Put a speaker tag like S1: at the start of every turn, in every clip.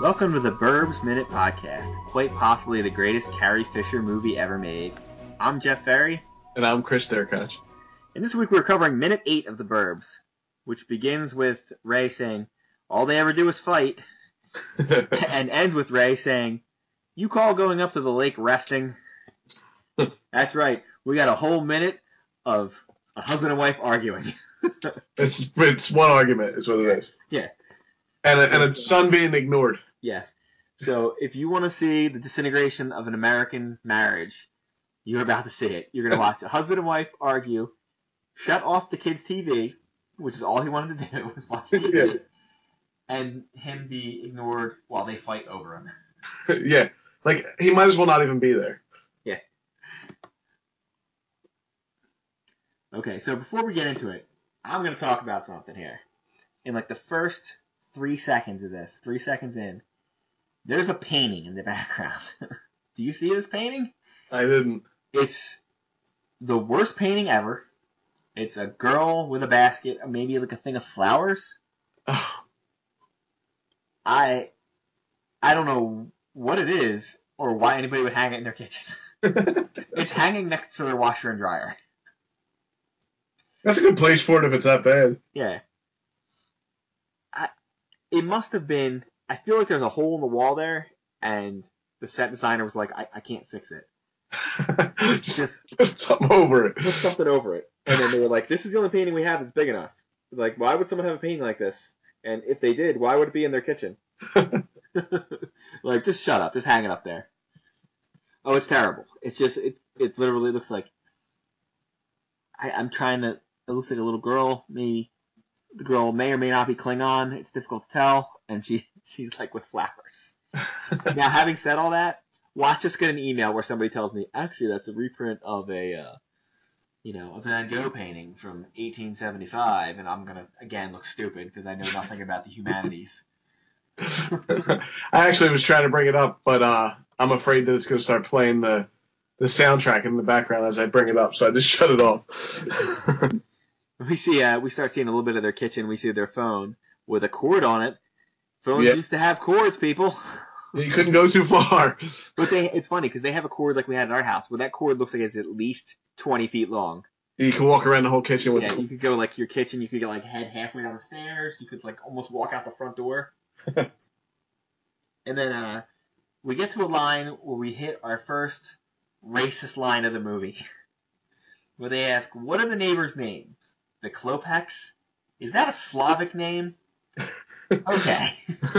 S1: Welcome to the Burbs Minute Podcast, quite possibly the greatest Carrie Fisher movie ever made. I'm Jeff Ferry,
S2: And I'm Chris Derkach.
S1: and this week we're covering minute eight of the Burbs, which begins with Ray saying, All they ever do is fight, and ends with Ray saying, You call going up to the lake resting? That's right, we got a whole minute of a husband and wife arguing.
S2: it's it's one argument is what it is.
S1: Yeah.
S2: And a, and a son being ignored.
S1: Yes. So if you want to see the disintegration of an American marriage, you're about to see it. You're going to watch a husband and wife argue, shut off the kid's TV, which is all he wanted to do was watch TV,
S2: Yeah.
S1: and him be ignored while they fight over him.
S2: yeah. Like he might as well not even be there.
S1: Okay, so before we get into it, I'm going to talk about something here. In like the first three seconds of this, three seconds in, there's a painting in the background. do you see this painting?
S2: I didn't.
S1: it's the worst painting ever. It's a girl with a basket, maybe like a thing of flowers.
S2: Oh,
S1: I I don't know what it is or why anybody would hang it in their kitchen. it's hanging next to their washer and dryer.
S2: that's a good place for it if it's that bad.
S1: Yeah. I it must have been I feel like there's a hole in the wall there and the set designer was like, I, I can't fix it.
S2: Just
S1: Just
S2: put something over it.
S1: put something over it. And then they were like, this is the only painting we have that's big enough. Like, why would someone have a painting like this? And if they did, why would it be in their kitchen? like, just shut up. Just hang it up there. Oh, it's terrible. It's just, it, it literally looks like. I, I'm trying to. It looks like a little girl. Maybe the girl may or may not be Klingon. It's difficult to tell. And she she's like with flowers. now, having said all that, watch us get an email where somebody tells me, actually, that's a reprint of a. Uh, you know, a Van Gogh painting from 1875, and I'm gonna again look stupid because I know nothing about the humanities.
S2: I actually was trying to bring it up, but uh, I'm afraid that it's going to start playing the the soundtrack in the background as I bring it up, so I just shut it off.
S1: We see, uh, we start seeing a little bit of their kitchen. We see their phone with a cord on it. Phones
S2: Yep.
S1: used to have cords, people.
S2: you couldn't go too far.
S1: But they, it's funny because they have a cord like we had in our house, where that cord looks like it's at least 20 feet long.
S2: You can walk around the whole kitchen with
S1: Yeah, you could go like your kitchen. You could get like head halfway down the stairs. You could like almost walk out the front door. and then uh, we get to a line where we hit our first racist line of the movie, where they ask, "What are the neighbors' names?" The Klopex. Is that a Slavic name? Okay.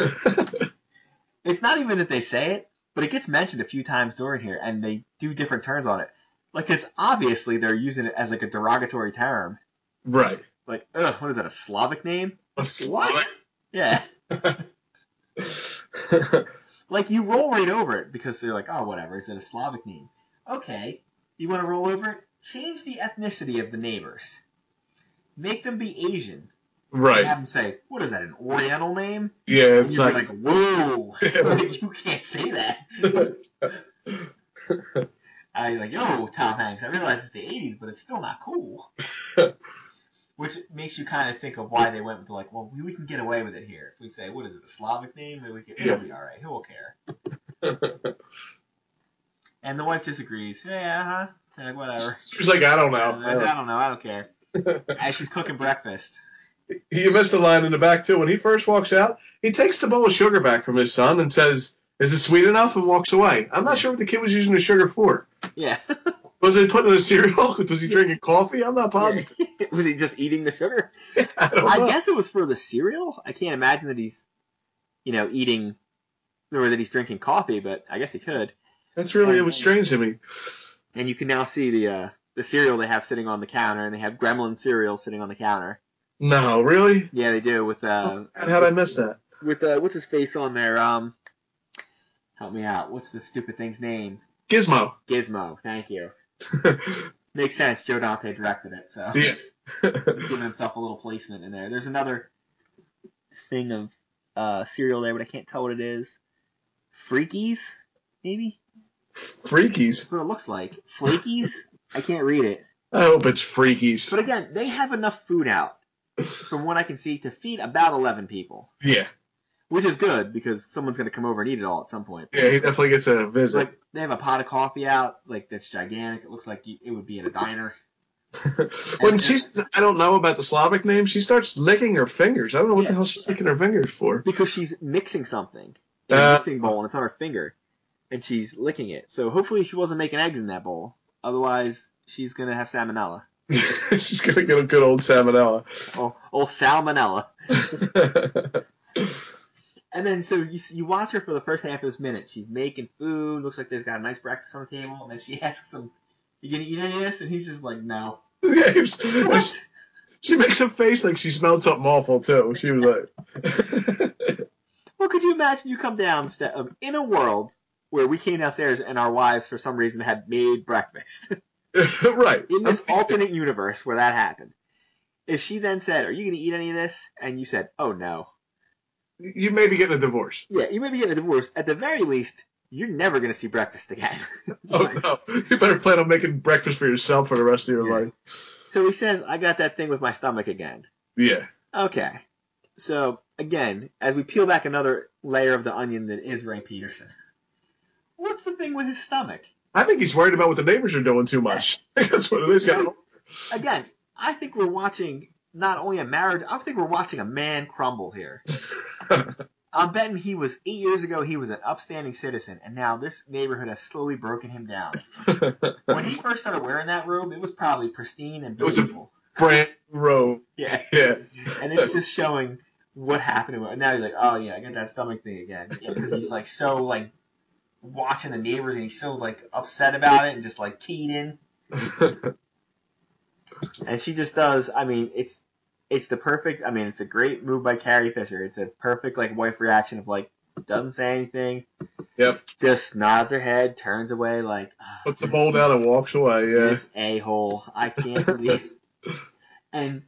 S1: it's not even that they say it, but it gets mentioned a few times during here, and they do different turns on it. Like it's obviously they're using it as like a derogatory term.
S2: right.
S1: Like, ugh, what is that, a Slavic name?
S2: What?
S1: Yeah. Like, you roll right over it because they're like, oh, whatever, is it a Slavic name? Okay. You want to roll over it? Change the ethnicity of the neighbors. Make them be Asian. Have
S2: right.
S1: them say, what is that, an Oriental name?
S2: Yeah,
S1: And
S2: it's
S1: you'd be
S2: like,
S1: like, whoa,
S2: Yeah, it's-
S1: you can't say that. I was like, yo, Tom Hanks, I realize it's the 80s, but it's still not cool. Which makes you kind of think of why they went with, like, well, we, we can get away with it here. If we say, what is it, a Slavic name? Maybe we can, it'll
S2: Yeah.
S1: be all right. Who will care? and the wife disagrees. Yeah, uh-huh. They're Like, whatever.
S2: she's like, I don't
S1: I
S2: know.
S1: don't know. I don't care. As she's cooking breakfast.
S2: You missed the line in the back too. When he first walks out, he takes the bowl of sugar back from his son and says, "Is it sweet enough?" and walks away. I'm not sure what the kid was using the sugar for.
S1: Yeah.
S2: Was it putting in a cereal? Was he drinking coffee? I'm not positive.
S1: Was he just eating the sugar?
S2: I don't
S1: I
S2: know.
S1: guess it was for the cereal. I can't imagine that he's, you know, eating or that he's drinking coffee, but I guess he could.
S2: That's really it was strange to me.
S1: And you can now see the uh, the cereal they have sitting on the counter, and they have Gremlin cereal sitting on the counter.
S2: No, really?
S1: Yeah, they do with uh
S2: Oh, How'd I miss that?
S1: with uh what's his face on there? Um, help me out. What's the stupid thing's name?
S2: Gizmo.
S1: Gizmo. Thank you. Makes sense. Joe Dante directed it, so
S2: yeah.
S1: he's giving himself a little placement in there. There's another thing of uh cereal there, but I can't tell what it is. Freakies, maybe.
S2: Freakies.
S1: That's what it looks like. Flakies. I can't read it.
S2: I hope it's freakies.
S1: But again, they have enough food out, from what I can see, to feed about 11 people.
S2: yeah.
S1: which is good because someone's gonna come over and eat it all at some point.
S2: Yeah, he definitely gets a
S1: It's
S2: visit.
S1: like they have a pot of coffee out, like that's gigantic. It looks like it would be at a diner.
S2: when she's, I don't know about the Slavic name. She starts licking her fingers. I don't know what the
S1: Yeah.
S2: hell she's licking her fingers for.
S1: because she's mixing something in a
S2: Uh.
S1: mixing bowl and it's on her finger and she's licking it. So hopefully she wasn't making eggs in that bowl. Otherwise, she's going to have salmonella.
S2: she's gonna get a good old salmonella.
S1: Oh, oh salmonella. And then so you, you watch her for the first half of this minute. She's making food. Looks like there's got a nice breakfast on the table. And then she asks him, "You gonna eat any of this?" And he's just like, "No."
S2: yeah, he was- she makes a face like she smelled something awful too. She was like,
S1: Well, could you imagine you come down ste- um, in a world where we came downstairs and our wives, for some reason, had made breakfast
S2: right. Um,
S1: in this
S2: I'm-
S1: alternate universe where that happened? If she then said, "Are you gonna eat any of this?" and you said, "Oh no,"
S2: you may be getting a divorce.
S1: yeah, you may be getting a divorce. At the very least, you're never gonna see breakfast again.
S2: Oh no, you better plan on making breakfast for yourself for the rest of your
S1: Yeah.
S2: life.
S1: so he says, "I got that thing with my stomach again."
S2: Yeah.
S1: Okay. So again, as we peel back another layer of the onion that is Ray Peterson, what's the thing with his stomach?
S2: I think he's worried about what the neighbors are doing too much. I think that's what it is.
S1: So, again, I think we're watching not only a marriage. I think we're watching a man crumble here. I'm betting he was eight years ago. He was an upstanding citizen, and now this neighborhood has slowly broken him down. When he first started wearing that robe, it was probably pristine and
S2: It was a-
S1: beautiful.
S2: Brand row.
S1: Yeah,
S2: Yeah.
S1: and it's just showing what happened to him. And now he's like, oh yeah, I got that stomach thing again, because he's like so like watching the neighbors, and he's so like upset about it, and just like keyed in. And she just does. I mean, it's it's the perfect. I mean, it's a great move by Carrie Fisher. It's a perfect like wife reaction of like doesn't say anything.
S2: Yep.
S1: Just nods her head, turns away, like "Ah,
S2: Puts the bowl down and walks away. Yeah.
S1: this a hole. I can't believe. and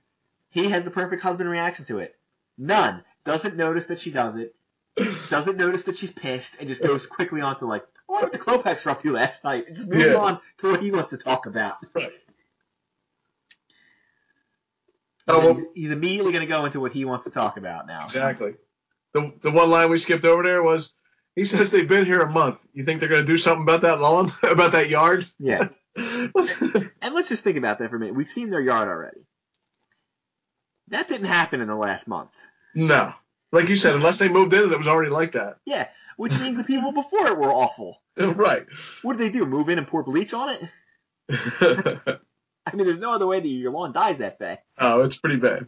S1: he has the perfect husband reaction to it. None doesn't notice that she does it. Doesn't notice that she's pissed and just goes quickly on to like, oh, what did the Klopex were up to last night? And just moves
S2: Yeah.
S1: on to what he wants to talk about.
S2: Right.
S1: And
S2: Oh, well-
S1: he's, he's immediately going to go into what he wants to talk about now.
S2: Exactly. The the one line we skipped over there was he says they've been here a month. You think they're gonna do something about that lawn, about that yard?
S1: Yeah. And let's just think about that for a minute. We've seen their yard already. That didn't happen in the last month.
S2: no. Like you said, unless they moved in and it was already like that.
S1: Which means the people before it were awful.
S2: Right.
S1: What did they do? Move in and pour bleach on it? I mean, there's no other way that your lawn dies that fast.
S2: oh, it's pretty bad.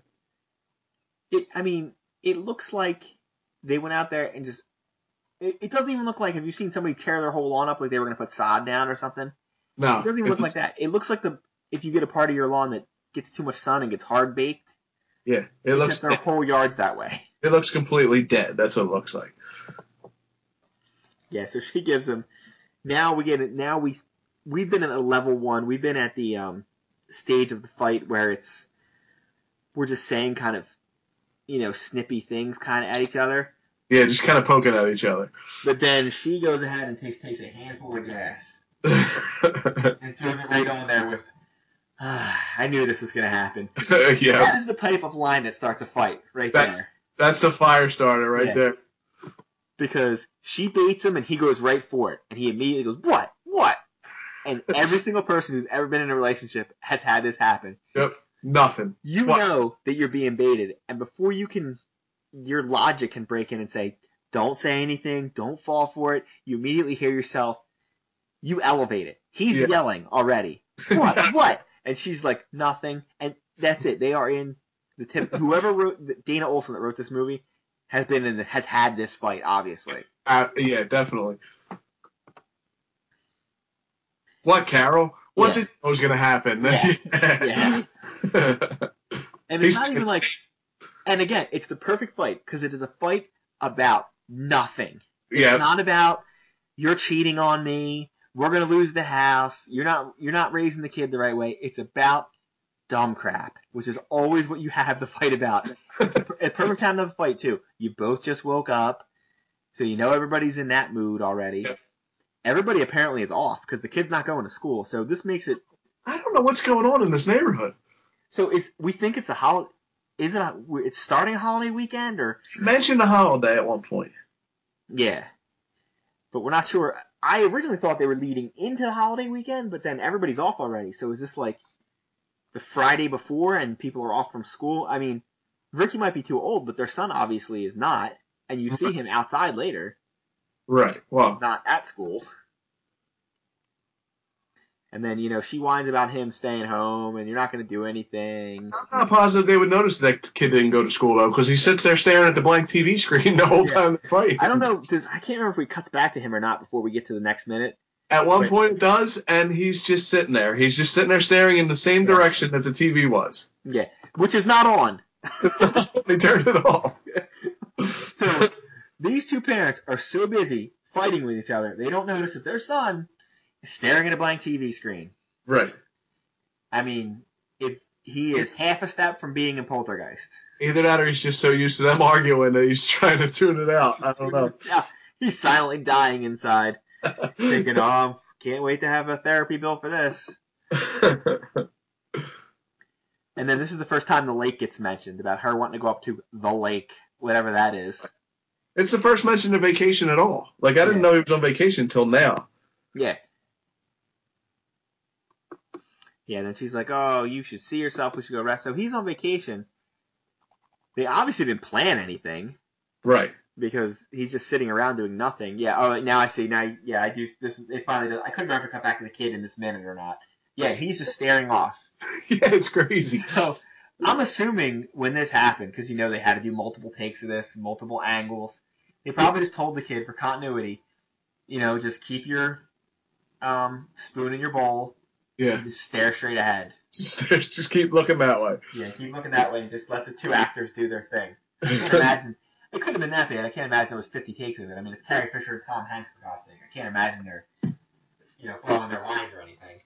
S1: It, I mean, it looks like they went out there and just. It, it doesn't even look like. Have you seen somebody tear their whole lawn up like they were going to put sod down or something?
S2: No.
S1: It doesn't even look like that. It looks like the if you get a part of your lawn that gets too much sun and gets hard baked,
S2: Yeah. It
S1: it
S2: looks
S1: their whole yards that way.
S2: it looks completely dead. That's what it looks like.
S1: Yeah, so she gives him. Now we get it. Now we we've been at a level one. We've been at the um, stage of the fight where it's we're just saying kind of you know snippy things kind of at each other.
S2: Yeah, just kind of poking at each other.
S1: But then she goes ahead and takes takes a handful of grass and throws it right on there with. "Ah, I knew this was gonna happen.
S2: yeah,
S1: That is the type of line that starts a fight right
S2: That's-
S1: there
S2: that's the fire starter right
S1: Yeah.
S2: there.
S1: because she baits him and he goes right for it and he immediately goes what what. And every single person who's ever been in a relationship has had this happen.
S2: Nothing.
S1: you
S2: What?
S1: know that you're being baited, and before you can, your logic can break in and say, "Don't say anything. Don't fall for it." You immediately hear yourself. You elevate it. He's
S2: Yeah.
S1: yelling already. What? what? And she's like, "Nothing." And that's it. They are in the tip. Whoever wrote Dana Olson that wrote this movie has been in the, has had this fight, obviously.
S2: Uh, yeah, definitely. What, Carol? What
S1: Yeah.
S2: did you know was going to happen?
S1: Yeah.
S2: Yeah.
S1: And it's
S2: He's-
S1: not even like. And again, it's the perfect fight because it is a fight about nothing. It's
S2: Yeah.
S1: not about you're cheating on me. We're gonna lose the house. You're not you're not raising the kid the right way. It's about dumb crap, which is always what you have the fight about. At perfect time to have a fight too. You both just woke up, so you know everybody's in that mood already.
S2: Yep.
S1: Everybody apparently is off because the kid's not going to school. So this makes it
S2: I don't know what's going on in this neighborhood.
S1: so it's we think it's a holiday. isn't it? It's starting a holiday weekend or
S2: Mentioned a holiday at one point.
S1: yeah, but we're not sure. I originally thought they were leading into the holiday weekend, but then everybody's off already. So is this like the Friday before and people are off from school? I mean, Ricky might be too old, but their son obviously is not, and you see him outside later.
S2: Right. Well,
S1: not at school. And then, you know, she whines about him staying home and you're not going to do anything.
S2: I'm not positive they would notice that kid didn't go to school though, because he sits there staring at the blank TV screen the whole
S1: Yeah.
S2: time they fight.
S1: I don't know, does, I can't remember if we cuts back to him or not before we get to the next minute.
S2: At one
S1: Wait.
S2: point it does, and he's just sitting there. He's just sitting there staring in the same
S1: Yeah.
S2: direction that the TV was.
S1: Yeah, which is not on.
S2: they turned it off.
S1: So these two parents are so busy fighting with each other, they don't notice that their son is staring at a blank TV screen.
S2: Right.
S1: I mean, if he is half a step from being in poltergeist.
S2: Either that, or he's just so used to them arguing that he's trying to tune it out. I don't know.
S1: Yeah, he's silently dying inside. thinking, oh, can't wait to have a therapy bill for this. And then this is the first time the lake gets mentioned about her wanting to go up to the lake, whatever that is.
S2: it's the first mention of vacation at all. Like I didn't
S1: Yeah.
S2: know he was on vacation till now.
S1: Yeah. Yeah, then she's like, oh, you should see yourself. We should go rest. So he's on vacation. They obviously didn't plan anything
S2: Right.
S1: because he's just sitting around doing nothing. Yeah. Oh, now I see. Now, yeah, I do. This it finally does. I couldn't remember if it cut back to the kid in this minute or not. Yeah, he's just staring off.
S2: Yeah, it's crazy.
S1: So I'm assuming when this happened, because you know they had to do multiple takes of this, multiple angles, they probably just told the kid for continuity, you know, just keep your um, spoon in your bowl
S2: Yeah.
S1: and just stare straight ahead.
S2: Just, just keep looking that way.
S1: Yeah, keep looking that way and just let the two actors do their thing. I can't imagine. It couldn't have been that bad. I can't imagine it was 50 takes of it. I mean, it's Carrie Fisher and Tom Hanks, for God's sake. I can't imagine they're, you know, blowing their lines or anything.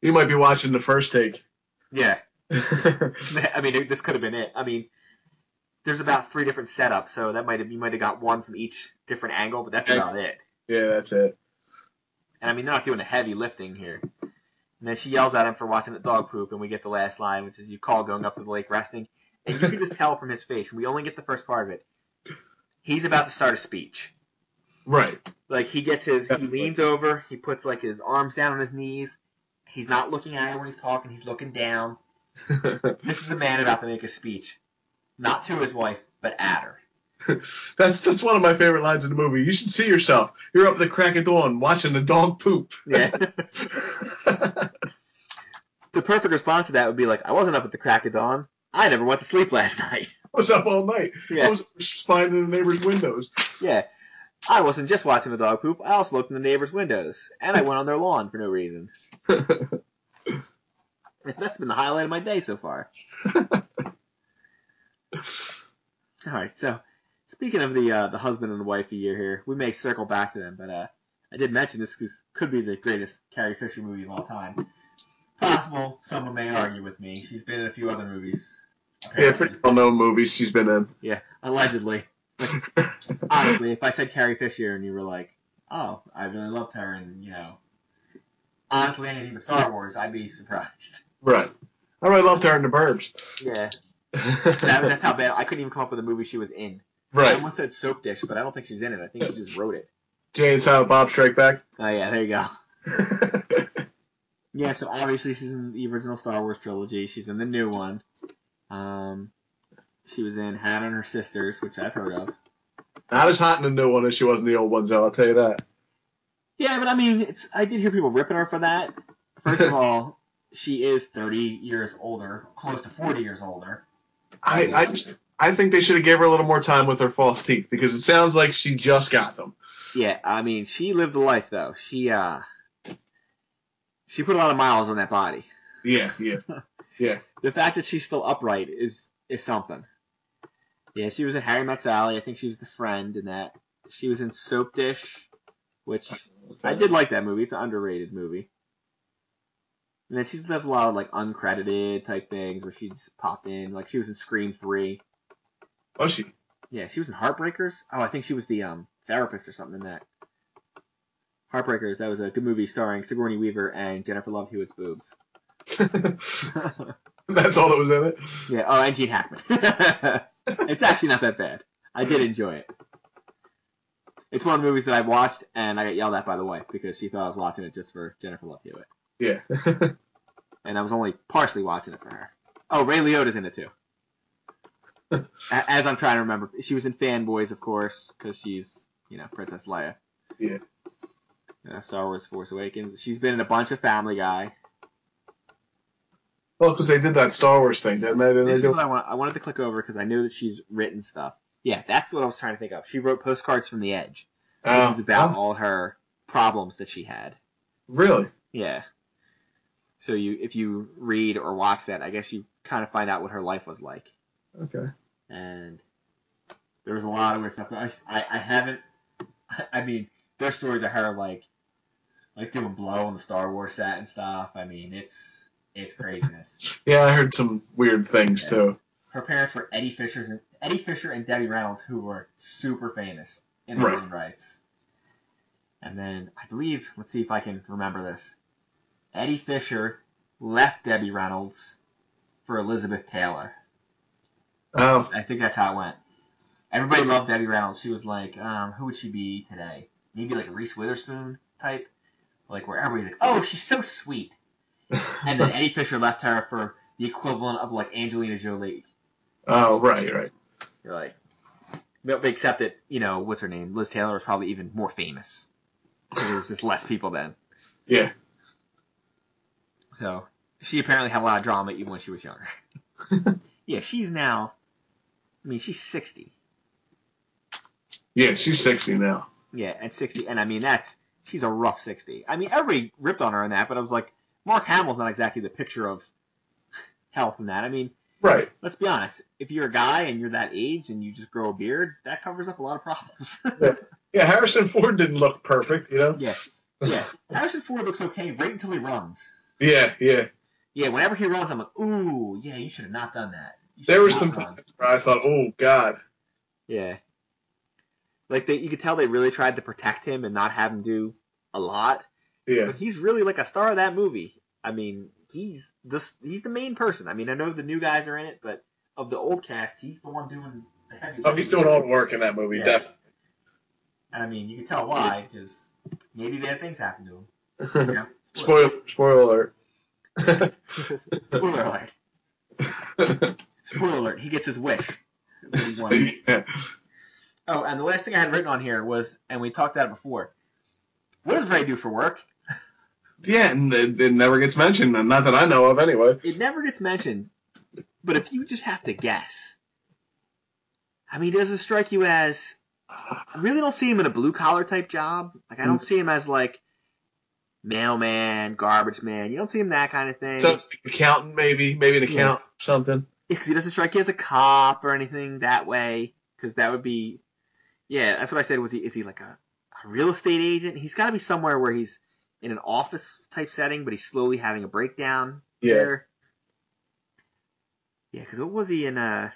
S2: you might be watching the first take.
S1: Yeah. I mean, this could have been it. I mean, there's about three different setups, so that might have you might have got one from each different angle, but that's
S2: Okay.
S1: about it.
S2: yeah, that's it.
S1: And I mean, they're not doing a heavy lifting here. And then she yells at him for watching the dog poop, and we get the last line, which is you call going up to the lake resting, and you can just tell from his face. and We only get the first part of it. He's about to start a speech.
S2: Right.
S1: Like he gets his, he
S2: Definitely.
S1: leans over, he puts like his arms down on his knees. He's not looking at her when he's talking. He's looking down. This is a man about to make a speech, not to his wife, but at her.
S2: That's that's one of my favorite lines in the movie. You should see yourself. You're up at the crack of dawn watching the dog poop.
S1: Yeah. the perfect response to that would be like, I wasn't up at the crack of dawn. I never went to sleep last night.
S2: I was up all night. I
S1: Yeah.
S2: was spying in the neighbors' windows.
S1: Yeah. I wasn't just watching the dog poop. I also looked in the neighbors' windows. And I went on their lawn for no reason. That's been the highlight of my day so far. All right. So, speaking of the uh, the husband and the wife a year here, we may circle back to them, but uh, I did mention this because could be the greatest Carrie Fisher movie of all time. Possible. Someone may argue with me. She's been in a few other movies.
S2: Yeah, pretty well known movies she's been in.
S1: Yeah, allegedly. Like, honestly, if I said Carrie Fisher and you were like, "Oh, I really loved her," and you know, honestly, anything but Star Wars, I'd be surprised.
S2: Right. I really loved her in the Burbs.
S1: Yeah, that, that's how bad. I couldn't even come up with a movie she was in. I
S2: right.
S1: almost said Soap Dish, but I don't think she's in it. I think she just wrote it.
S2: Jay and Silent Bob Strike Back.
S1: Oh yeah, there you go. Yeah, so obviously she's in the original Star Wars trilogy. She's in the new one. Um, she was in Hannah and Her Sisters, which I've heard of.
S2: Not as hot in the new one as she was in the old ones, though, I'll tell you that.
S1: Yeah, but I mean, it's I did hear people ripping her for that. First of all, she is 30 years older, close to 40 years older.
S2: I, I, just- I think they should have gave her a little more time with her false teeth because it sounds like she just got them.
S1: Yeah, I mean, she lived the life though. She uh she put a lot of miles on that body.
S2: Yeah, yeah.
S1: The fact that she's still upright is is something. Yeah, she was in Harry Met Sally. I think she was the friend in that. She was in Soap Dish, which I did like that movie. It's an underrated movie. And then she does a lot of like uncredited type things where she just popped in. Like she was in Scream Three.
S2: Oh, she.
S1: Yeah, she was in Heartbreakers. Oh, I think she was the um therapist or something in that. Heartbreakers. That was a good movie starring Sigourney Weaver and Jennifer Love Hewitt's boobs.
S2: That's all that was in it.
S1: Yeah. Oh, and Gene Hackman. it's actually not that bad. I did enjoy it. It's one of the movies that I watched and I got yelled at by the wife because she thought I was watching it just for Jennifer Love Hewitt,
S2: Yeah.
S1: and I was only partially watching it for her. Oh, Ray Liotta's in it too. A- As I'm trying to remember, she was in Fanboys, of course, because she's you know Princess Leia.
S2: Yeah.
S1: Uh, Star Wars: Force Awakens. She's been in a bunch of Family Guy.
S2: Well, because they did that Star Wars thing, didn't they? Didn't
S1: This
S2: they
S1: is
S2: do-
S1: what I want. I wanted to click over because I knew that she's written stuff. Yeah, that's what I was trying to think of. She wrote postcards from the edge.
S2: Oh,
S1: This is about
S2: oh,
S1: all her problems that she had.
S2: really?
S1: Yeah. So you, if you read or watch that, I guess you kind of find out what her life was like.
S2: Okay.
S1: And there was a lot of weird stuff. I, I, I haven't. I mean, there's stories of her like, like doing blow on the Star Wars set and stuff. I mean, it's it's craziness.
S2: Yeah, I heard some weird things
S1: Yeah.
S2: too.
S1: her parents were Eddie Fisher's and Eddie Fisher and Debbie Reynolds, who were super famous in their
S2: Right.
S1: own rights. And then I believe, let's see if I can remember this. Eddie Fisher left Debbie Reynolds for Elizabeth Taylor.
S2: Oh,
S1: I think that's how it went. Everybody loved Debbie Reynolds. She was like, um, who would she be today? Maybe like a Reese Witherspoon type, like where everybody's like, oh, she's so sweet. And then Eddie Fisher left her for the equivalent of like Angelina Jolie.
S2: oh, right, right.
S1: You're like, no, except that you know what's her name, Liz Taylor was probably even more famous. 'Cause There was just less people then,
S2: Yeah.
S1: so she apparently had a lot of drama even when she was younger. yeah, she's now. I mean, she's sixty.
S2: Yeah, she's 60 now.
S1: Yeah, at sixty, and I mean that's she's a rough sixty. I mean, everybody ripped on her on that, but I was like, Mark Hamill's not exactly the picture of health in that. I mean,
S2: Right.
S1: let's be honest. If you're a guy and you're that age and you just grow a beard, that covers up a lot of problems.
S2: Yeah, Harrison Ford didn't look perfect, you know?
S1: Yeah. Yeah. Harrison Ford looks okay right until he runs.
S2: Yeah, yeah.
S1: Yeah, whenever he runs, I'm like, ooh, yeah, you should have not done that. You should
S2: There were
S1: not
S2: some
S1: run.
S2: times where I thought, oh, God.
S1: Yeah. Like they, you could tell they really tried to protect him and not have him do a lot.
S2: Yeah.
S1: But he's really like a star of that movie. I mean, he's the he's the main person. I mean, I know the new guys are in it, but of the old cast, he's the one doing the heavy.
S2: Oh, he's doing all the work in that movie,
S1: Yeah. And I mean, you can tell why because maybe bad things happen to him. You
S2: definitely.
S1: know?
S2: spoiler, spoiler
S1: Spoiler alert.
S2: alert.
S1: Spoiler alert. He gets his wish. that he wanted.
S2: yeah.
S1: Oh, and the last thing I had written on here was, and we talked about it before. What does Ray do for work?
S2: yeah, and it, it never gets mentioned, and not that I know of anyway.
S1: It never gets mentioned, but if you just have to guess, I mean, does it strike you as? I really don't see him in a blue collar type job. Like I don't see him as like mailman, garbage man. You don't see him that kind of thing.
S2: Sounds like an accountant, maybe. Maybe an
S1: Yeah.
S2: accountant, something.
S1: because he doesn't strike you as a cop or anything that way. Because that would be, yeah, that's what I said. Was he is he like a, a real estate agent? He's got to be somewhere where he's in an office type setting, but he's slowly having a breakdown.
S2: Yeah.
S1: there. yeah. Because what was he in? Uh,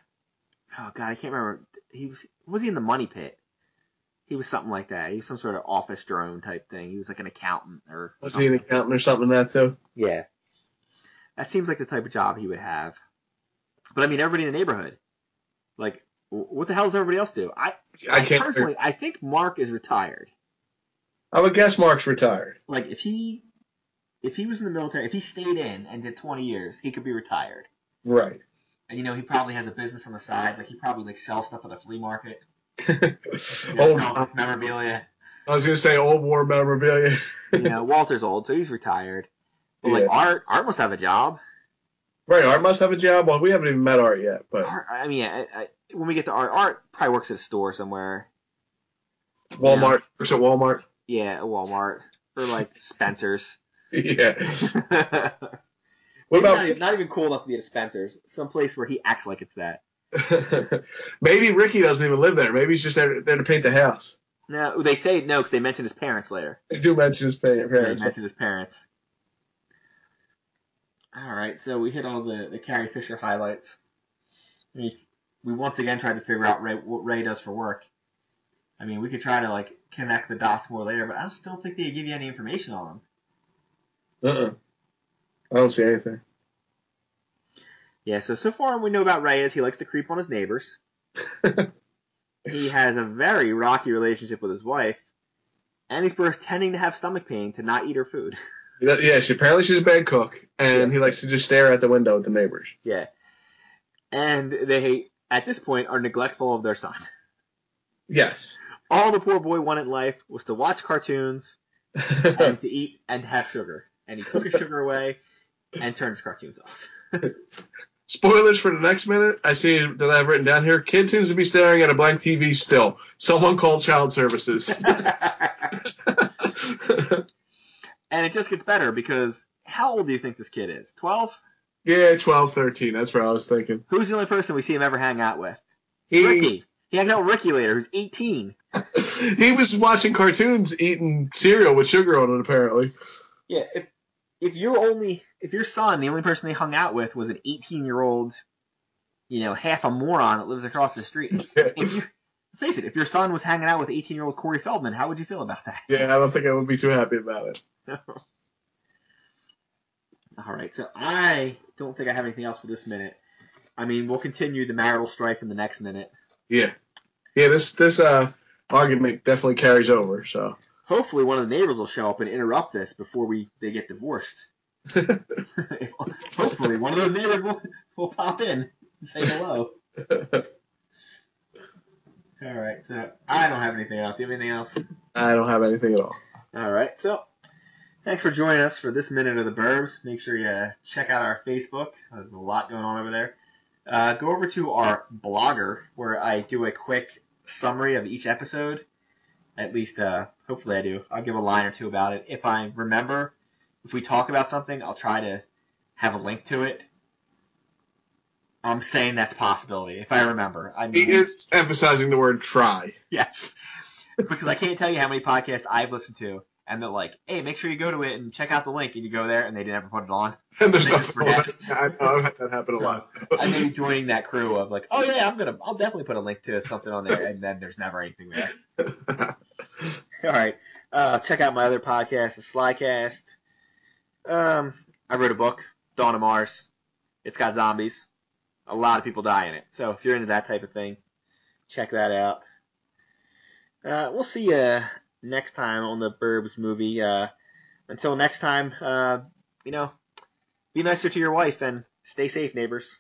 S1: oh god, I can't remember. He was was he in the Money Pit? He was something like that. He was some sort of office drone type thing. He was like an accountant or.
S2: Was he an accountant or something in that, too?
S1: Yeah. That seems like the type of job he would have. But I mean, everybody in the neighborhood. Like, wh- what the hell does everybody else do? I,
S2: I can't.
S1: personally, I think Mark is retired.
S2: I would guess Mark's retired.
S1: Like, if he, if he was in the military, if he stayed in and did 20 years, he could be retired.
S2: Right.
S1: And you know, he probably has a business on the side. Like, he probably like sells stuff at a flea market. You know,
S2: Old,
S1: sells memorabilia.
S2: I was gonna say old war memorabilia.
S1: you know, Walter's old, so he's retired. But like
S2: Yeah.
S1: Art, Art must have a job.
S2: Right, Art must have a job. Well, we haven't even met Art yet, but
S1: Art, I mean, I, I, when we get to art, art probably works at a store somewhere.
S2: Walmart. Works at Walmart.
S1: Yeah, at Walmart or like Spencer's.
S2: Yeah.
S1: what Not,
S2: What about
S1: even- not even cool enough to be at a Spencer's. Some place where he acts like it's that.
S2: maybe Ricky doesn't even live there? Maybe he's just there, there to paint the house.
S1: No, they say no because they mention his parents later.
S2: They do mention his pa- parents.
S1: They mention his parents. All right, so we hit all the the Carrie Fisher highlights. We we once again tried to figure out Ray, what Ray does for work. I mean, we could try to like connect the dots more later, but I just don't think they give you any information on him.
S2: Uh-uh. I don't see anything.
S1: Yeah, so so far we know about Reyes. He likes to creep on his neighbors. he has a very rocky relationship with his wife, and he's pretending to have stomach pain to not eat her food.
S2: Yeah, yeah, she apparently she's a bad cook, and
S1: Yeah.
S2: he likes to just stare out the window at the neighbors.
S1: yeah, and they at this point are neglectful of their son.
S2: Yes.
S1: All the poor boy wanted in life was to watch cartoons and to eat and to have sugar, and he took his sugar away and turned his cartoons off.
S2: Spoilers for the next minute. I see that I've written down here. Kid seems to be staring at a blank TV still. Someone called child services.
S1: and it just gets better because how old do you think this kid is? Twelve?
S2: yeah, 12, 13. That's what I was thinking.
S1: Who's the only person we see him ever hang out with?
S2: He,
S1: Ricky. He hangs out with Ricky later, who's 18.
S2: he was watching cartoons eating cereal with sugar on it, apparently.
S1: Yeah, if if your only if your son, the only person they hung out with was an 18 year old, you know, half a moron that lives across the street. If you face it, if your son was hanging out with 18 year old Corey Feldman, how would you feel about that?
S2: Yeah, I don't think I would be too happy about it.
S1: All right, so I don't think I have anything else for this minute. I mean, we'll continue the marital strife in the next minute.
S2: Yeah. Yeah, this this uh argument definitely carries over, so
S1: Hopefully, one of the neighbors will show up and interrupt this before we they get divorced. Hopefully, one of those neighbors will, will pop in and say hello. All right, so I don't have anything else. Do you have anything else?
S2: I don't have anything at all.
S1: All right, so thanks for joining us for this minute of the Burbs. Make sure you uh, check out our Facebook. There's a lot going on over there. Uh, go over to our blogger where I do a quick summary of each episode. At least, uh, hopefully, I do. I'll give a line or two about it. If I remember, if we talk about something, I'll try to have a link to it. I'm saying that's a possibility if I remember. I
S2: He is emphasizing the word try.
S1: Yes. Because I can't tell you how many podcasts I've listened to, and they're like, hey, make sure you go to it and check out the link, and you go there, and they didn't ever put it on.
S2: And there's
S1: They just
S2: nothing wrong with that. I know, I've had that happen a
S1: So,
S2: lot.
S1: I may be joining that crew of like, oh yeah, I'm gonna, I'll definitely put a link to something on there, and then there's never anything there. All right, uh, check out my other podcast, the Slycast. Um, I wrote a book, Dawn of Mars. It's got zombies. A lot of people die in it, so if you're into that type of thing, check that out. Uh, we'll see you next time on the Burbs movie. Uh, until next time, uh, you know, be nicer to your wife and stay safe, neighbors.